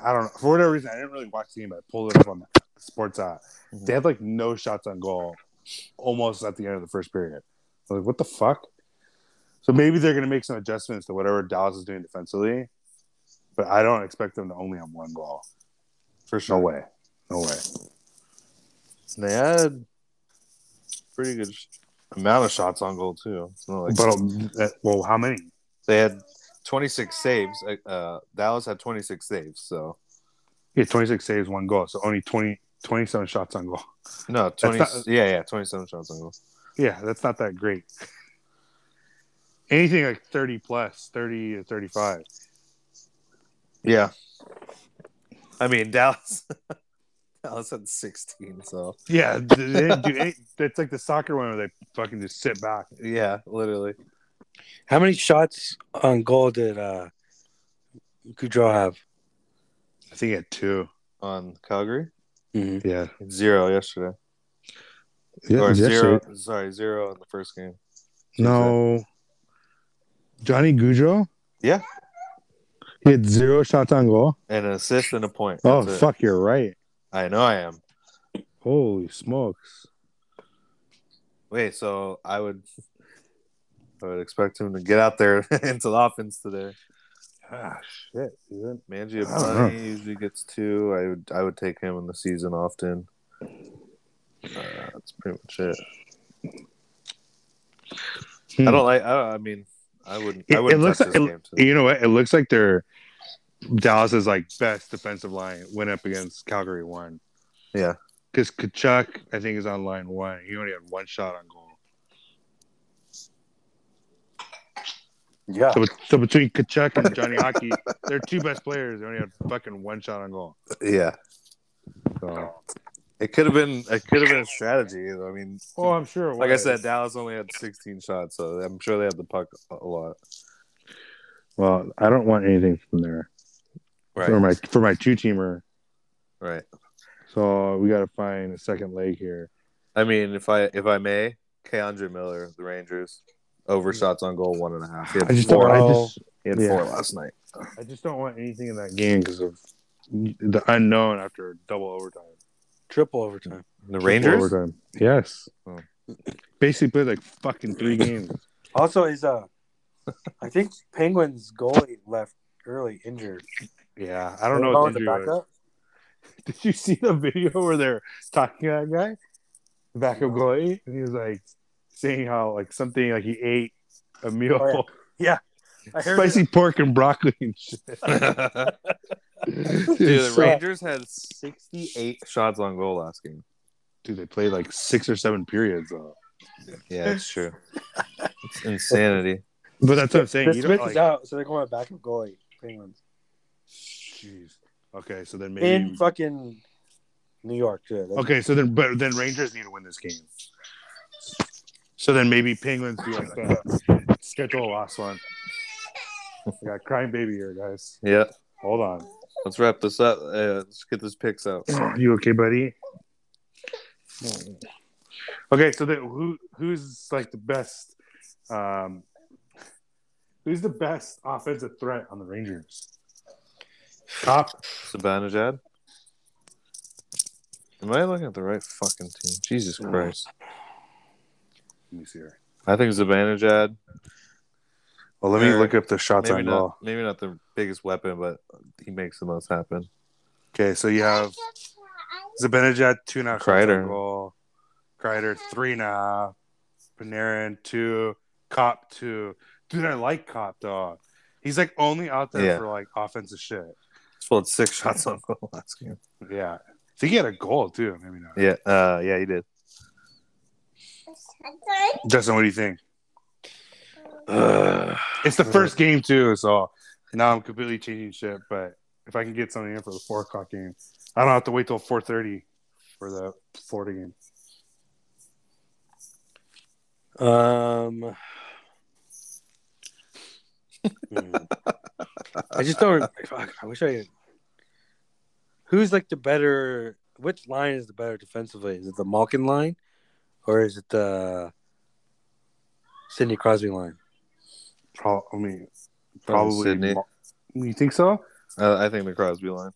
I don't know. For whatever reason, I didn't really watch the game. but I pulled it up on the sports app.
Mhm.
They had like no shots on goal almost at the end of the first period. I was like, what the fuck? So maybe they're going to make some adjustments to whatever Dallas is doing defensively, but I don't expect them to only have one goal.
for
No way. No way.
They had pretty good amount of shots on goal too. It's not like
But, um, that- well, how many?
They had 26 saves. Uh, Uh, Dallas had 26 saves. So
He had 26 saves, one goal. So only 20, 27 shots on goal.
no, 20.
not-
yeah, yeah, 27 shots on goal.
Yeah, that's not that great. Anything like 30 plus, 30 to 35.
Yeah. I mean Dallas. Dallas had 16. So
Yeah, they didn't do any, that's like the soccer one where they fucking just sit back.
yeah, literally.
How many shots on goal did uh, Goudreau have?
I think he had two.
On Calgary,
Yeah.
zero yesterday. or zero. Sorry, zero in the first game.
No. Johnny Goudreau?
Yeah.
He had zero shots on goal.
An assist and a point.
Oh,
That's it.
fuck, you're right.
I know I am.
Holy smokes.
Wait, so I would, I would expect him to get out there into the offense today.
Ah, shit, dude.
Manji
I don't know.
Abani usually gets two. I would, I would take him in the season often. Uh, that's pretty much it.
Hmm.
I don't like. I, don't- I mean, I wouldn't.
It-
I
it
wouldn't
looks
touch
like-
this game. Today.
You know what? It looks like they're Dallas's like best defensive line went up against Calgary one.
Yeah.
Because Kachuk, I think, is on line one. He only had one shot on goal.
Yeah.
So, bet- so between Kachuk and Johnny Hockey, they're two best players. They only had fucking one shot on goal.
Yeah,
So.
it could have been. It could have been a strategy. I mean,
Oh, I'm sure. It
like I said, Dallas only had 16 shots, so I'm sure they had the puck a lot.
Well, I don't want anything from there for my for my two teamer.
Right.
So we got to find a second leg here.
I mean, if I if I may, Keandre Miller, the Rangers, overshots on goal one and a half. He had
I just
four,
don't. I
Well-
just
he had
yeah.
four last night.
I just don't want anything in that game because of the unknown after double overtime.
Triple overtime.
The
Triple
Rangers.
overtime. Yes.
Oh.
Basically played like fucking three games.
Also, is uh, I think Penguins goalie left early injured.
yeah, I don't know.
Oh,
What
the
the injury was.
backup?
Did you see the video where they're talking to that guy, the backup goalie, and he was like saying how like something like he ate a meal,
Oh, I heard
spicy pork and broccoli and shit.
Dude, the
So-
Rangers had 68 shots on goal last game.
Dude, they played like six or seven periods though.
Yeah, it's true. it's insanity.
But that's what I'm saying.
Chris
You
Smith
don't
is
like.
out, so they're going with backup goalie. Penguins
Jeez. Okay, so then
in
maybe.
fucking New York. Too. That's-
Okay, so then but then Rangers need to win this game. So then maybe Penguins do like the schedule a loss one. I got crying baby here, guys.
Yeah,
Hold on.
let's wrap this up. Uh, let's get this picks out.
You okay, buddy? Okay, so then who who's like the best? Um, who's the best offensive threat on the Rangers? Top.
Sabanajad. Am I looking at the right fucking team? Jesus Christ.
Let me see here.
I think Zabanajad.
Well, let me look up the shots
Maybe
on
not,
goal.
maybe not the biggest weapon, but he makes the most happen.
Okay, so you have Zibanejad two and a half shots
Kreider.
on goal. Kreider three and a half. Panarin two. Cop two. Dude, I like Cop dog. He's like only out there
Yeah.
for like offensive shit.
Well, it's six shots on goal last game.
Yeah. I think he had a goal too. Maybe not.
Yeah, uh, yeah, he did.
Justin, what do you think?
Uh,
It's the first game too, so now I'm completely changing shit. But if I can get something in for the four o'clock game, I don't have to wait till four thirty for the Florida game.
Um. hmm. I just don't. Fuck, I wish I. Who's like the better? Which line is the better defensively? Is it the Malkin line, or is it the Sidney Crosby line?
Pro- I mean,
Probably
probably.
Sydney.
Mo- you think so?
uh, I think the Crosby line.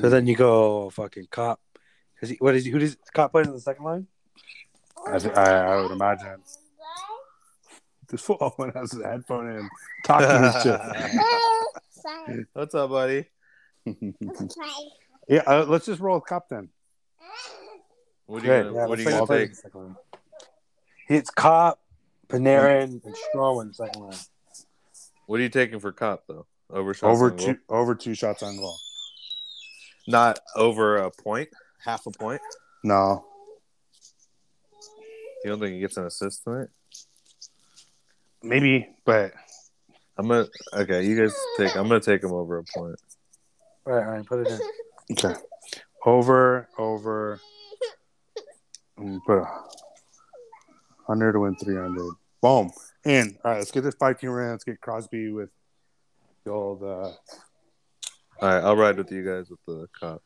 So then you go fucking cop. Because what is he, who does cop plays on the second line?
I, th- I, I would imagine. This fool when has his headphone in, talking
What's up, buddy?
his shit. yeah, uh, let's just roll with cop then.
What are you
Yeah,
gonna, what
let's
are you
say he
gonna
plays on
take?
the second line. It's cop, Panarin, and Strawman in the second line.
What are you taking for cop though? Over shots
Over
on goal?
two, over two shots on goal.
not over a point, half a point.
No,
You don't think he gets an assist tonight?
maybe, but
I'm gonna okay. You guys take. I'm gonna take him over a point.
All right, all right, put it in.
okay. Over, over. Mm, Put a hundred to win three hundred. Boom. In. All right, let's get this five team in. Let's get Crosby with the old. Uh,
All right, I'll ride with you guys with the cop.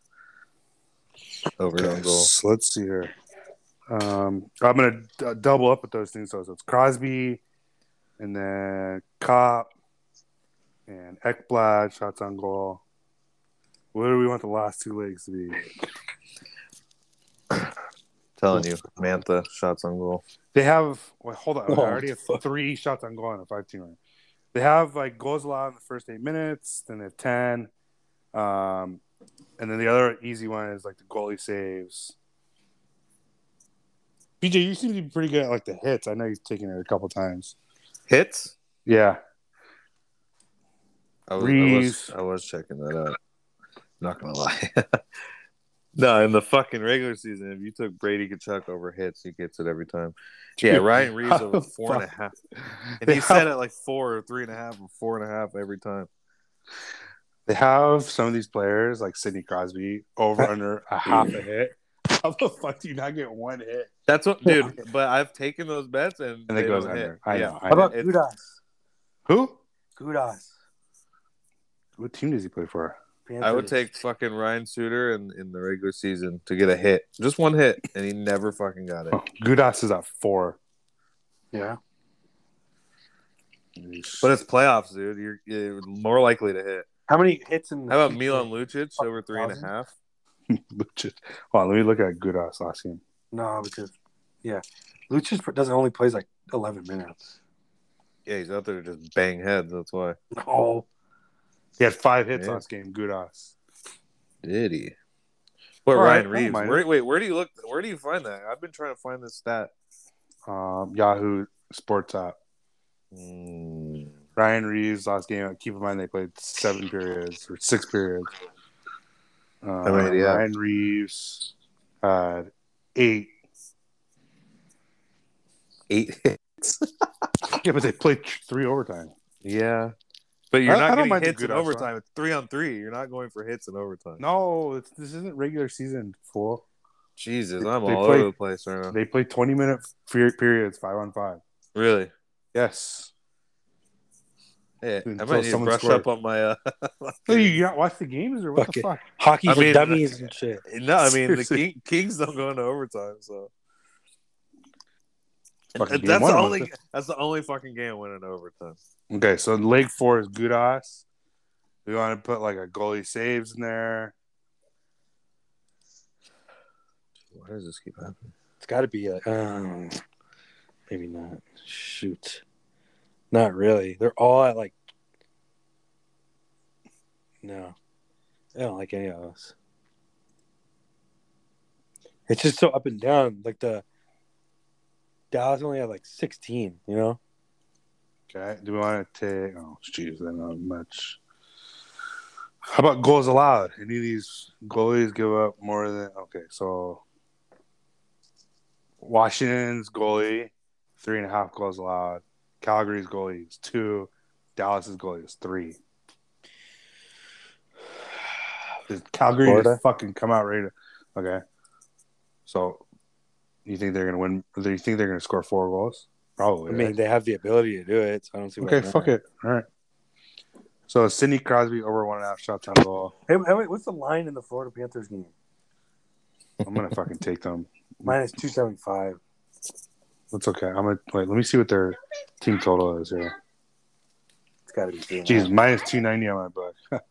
Over and on goal.
Yes, Let's see here. Um, I'm gonna d- double up with those things. So it's Crosby, and then Cop, and Ekblad shots on goal. What do we want the last two legs to be?
Telling you, Mantha shots on goal.
They have. Well, hold on.
Oh,
I already have
fuck.
three shots on goal in a five-team run. They have like Gozla in the first eight minutes. Then they have ten. Um, and then the other easy one is like the goalie saves. BJ, you seem to be pretty good at like the hits. I know you've taken it a couple times.
Hits.
Yeah,
I was, I
Reeves.
was I was checking that out. Not gonna lie. no, in the fucking regular season, if you took Brady Kachuk over hits, he gets it every time. Yeah,
Dude,
Ryan Reeves
how the
over four and a
fuck-
half. And
they,
he
have,
said it like four or three and a half or four and a half every time.
they have some of these players like Sidney Crosby over under a half a hit. How the fuck do you not get one hit?
That's what, dude. But I've taken those bets and,
And it goes
don't hit.
under. I
yeah.
know. I
How
know.
about
It's-
Gudas?
Who?
Gudas.
What team does he play for?
I would take fucking Ryan Suter in, in the regular season to get a hit, just one hit, and he never fucking got it.
Oh, Gudas is at four.
Yeah.
But it's playoffs, dude. You're, you're more likely to hit.
How many hits in?
How about Milan Lucic over three and a half?
Lucic. Hold on, let me look at Gudas last game.
No, because yeah, Lucic doesn't only plays like eleven minutes.
Yeah, he's out there to just bang heads. That's why.
Oh,
He had five hits
Yeah.
last game. Gudas.
Did he? What
All
Ryan
right,
Reeves?
never mind.
Where, wait, where do you look? Where do you find that? I've been trying to find this stat.
Um, Yahoo Sports app.
Mm.
Ryan Reeves last game. Keep in mind they played seven periods or six periods. Uh,
How many do you have?
Ryan Reeves had eight.
Eight.
Yeah, but they played three overtime.
yeah, but you're
I- I
not
don't
getting
mind the
hits in
Gudas one.
overtime. It's three on three. You're not going for hits in overtime.
No, it's, this isn't regular season, fool.
Jesus,
They-
I'm
they
all
play-
over the place right now.
They play 20 minute fe- periods, five on five.
Really.
Yes.
Yeah, I
Until
might need to
someone
brush
scores.
up on my. Uh,
Hey, you not watch the games or what
Fuck
the
it.
fuck?
hockey
I
for
mean-
dummies and shit.
no, I mean the
Seriously.
King, Kings don't go into overtime, so
Fucking
And
game
that's
one,
the
wasn't
only. That's the only fucking game winning overtime.
Okay, so leg four is Gudas. We want to put like a goalie saves in there.
Why does this keep happening?
It's got to be a um, maybe not. Shoot, not really. They're all at like no. I don't like any of those. It's just so up and down. Like the Dallas only had like sixteen. You know,
Okay, do we want to take? Oh, jeez, then not much. How about goals allowed? Any of these goalies give up more than? Okay, so Washington's goalie three and a half goals allowed. Calgary's goalie is two. Dallas's goalie is three. Does Calgary just
Florida?
fucking come out ready? to- okay, so you think they're gonna win? Do you think they're gonna score four goals? Probably.
I
right?
mean they have the ability to do it. So I don't see. why
Okay,
not.
fuck it. All right. So Sidney Crosby over one and a half shots on goal.
Hey, hey, wait, what's the line in the Florida Panthers game?
I'm gonna fucking take them.
Minus two seventy five.
That's okay. I'm gonna wait. Let me see what their team total is here.
It's got to be. three and a
Jeez,
half.
minus two ninety on my book.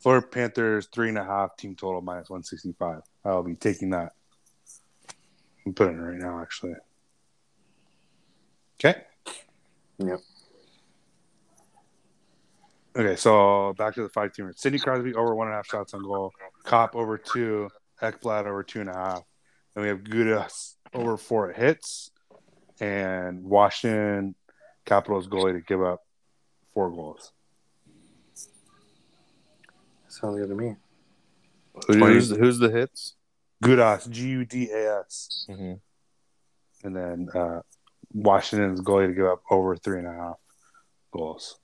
Florida Panthers three and a half team total minus one sixty five. I'll be taking that. I'm putting it right now, actually. Okay.
Yep.
Okay, so back to the five teamers. Sidney Crosby over one and a half shots on goal. Cop over two. Ekblad over two and a half. Then we have Gudas over four hits. And Washington Capitals goalie to give up four goals.
Sounds good to me.
Who,
Twenty.
who's, who's the hits?
Gudas, G U D A S,
Mm-hmm.
and then uh, Washington's goalie to give up over three and a half goals,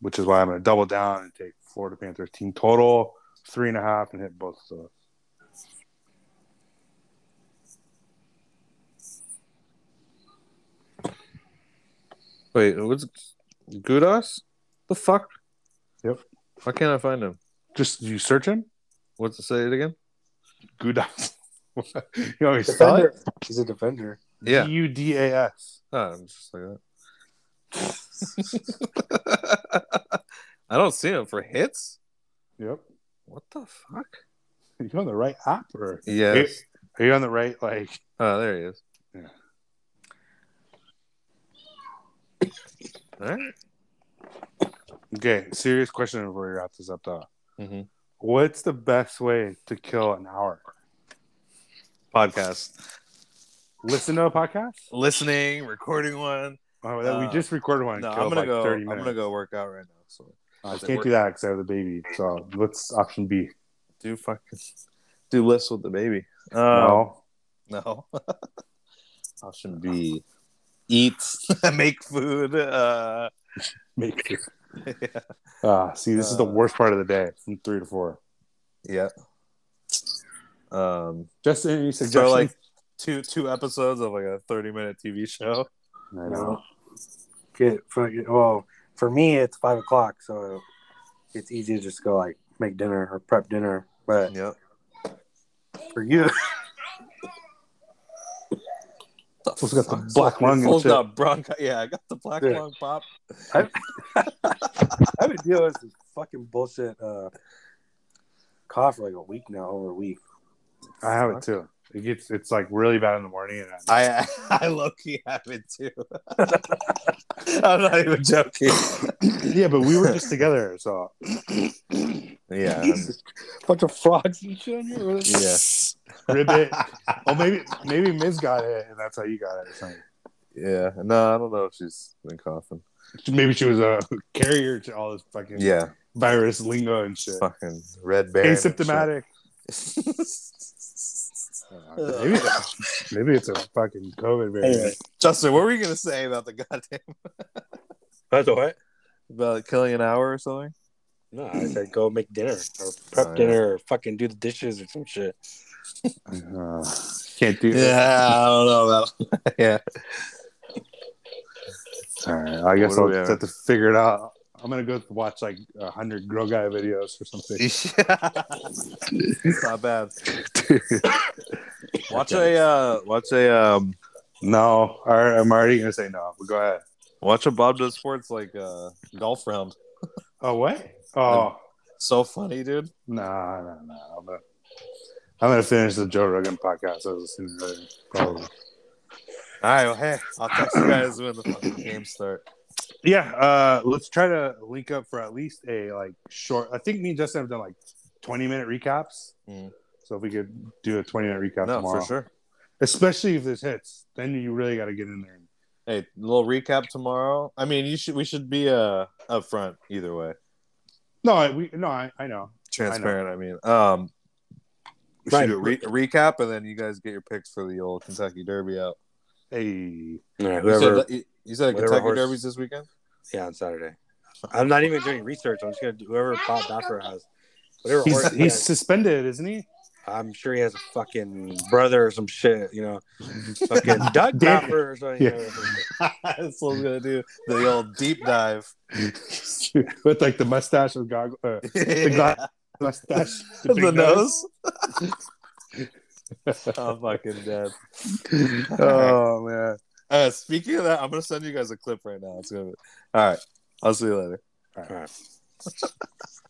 which is why I'm going to double down and take Florida Panthers team total three and a half and hit both of those.
Wait, what's Gudas? The fuck?
Yep.
Why can't I find him?
Just you search him,
What's it say it again?
Gudas. you always spell it?
Defender. He's a defender.
Yeah.
G U D A S.
Oh, I'm just like that. I don't see him for hits.
Yep.
What the fuck?
Are you on the right app or
Yes.
are you on the right like?
Oh, there he is.
Yeah.
All right.
Okay, serious question before we wrap this up though.
Mhm.
What's the best way to kill an hour?
Podcast.
Listen to a podcast?
Listening, recording one.
Oh, that- we
Uh,
just recorded one. and
No, I'm
killed,
gonna
like,
go.
30
I'm
minutes.
gonna go work out right now. So
I
Is it
can't do
work-
that because I have the baby. So what's option B?
do fucking do lists with the baby. Um,
Uh, no.
No. Option B. Eat, make food. Uh,
Make it.
yeah.
Ah, see, this is the
Uh,
worst part of the day from three to four.
yeah. Um,
Just any suggestions?
so like two two episodes of like a thirty minute TV show.
I know.
Get fucking. Well, for me, it's five o'clock, so it's easy to just go like make dinner or prep dinner. But
Yep.
for you,
Fool's got the black lung and
Fool's
shit.
got bronchi- Yeah, I got the black
Yeah.
lung pop.
I've been dealing with this fucking bullshit uh, cough for like a week now, over a week.
I have it too. It gets it's like really bad in the morning, and I,
I I low key have it too. I'm not even joking.
yeah, but we were just together, so
Yeah. I'm-
Jesus, bunch of frogs and shit. in here. What is-
Yeah.
ribbit. Oh, maybe maybe Miz got it, and that's how you got it. or something.
Yeah. No, I don't know if she's been coughing.
Maybe she was a carrier to all this fucking
Yeah.
virus lingo and shit.
Fucking red bear.
Asymptomatic.
Ugh.
Maybe, maybe it's a fucking COVID variant.
Anyway, Justin, what were you gonna say about the goddamn
By the way,
about killing an hour or something?
no, I said go make dinner or prep
Oh, yeah.
dinner or fucking do the dishes or some shit.
Uh, can't do that.
Yeah, I don't know about. yeah,
All right, I guess
What do
I'll
we have?
have to figure it out. I'm gonna go watch like a hundred grow guy videos or something.
it's not bad. Watch a uh, watch a um,
no, all right, I'm already gonna say no. But go ahead.
watch a Bob does sports like uh, golf round.
Oh what? Oh
So funny, dude.
no, no, no. I'm gonna, I'm gonna finish the Joe Rogan podcast. I was listening to earlier, probably.
All right, well, hey, I'll text you guys when the fucking games start.
Yeah, uh, let's try to link up for at least a like short. I think me and Justin have done like 20 minute recaps.
Mhm.
So if we could do a 20 minute recap
no,
tomorrow,
for sure.
especially if this hits, then you really got to get in there.
Hey, little recap tomorrow. I mean, you should we should be uh up front either way.
No, I, we no, I, I know.
transparent. I, mean, um, we
Right.
should do a re- recap, and then you guys get your picks for the old Kentucky Derby out.
Hey,
Yeah,
You said
whoever.
that- You you said,
whatever
Kentucky
horse-
Derby's this weekend.
Yeah, on Saturday. I'm not even doing research. I'm just gonna do whoever Bob Doffer has. Whatever
he's
horse he
he's
has.
suspended, isn't he?
I'm sure he has a fucking brother or some shit, you know. Fucking Doug
Damn.
Doffer or something. you know.
That's what I'm gonna do. The old deep dive.
With like the mustache and goggles, uh,
the,
gla- mustache,
the
big
nose. I'm fucking dead.
oh man.
Uh, speaking of that, I'm gonna send you guys a clip right now. It's gonna. Be... All right. I'll see you later.
All right.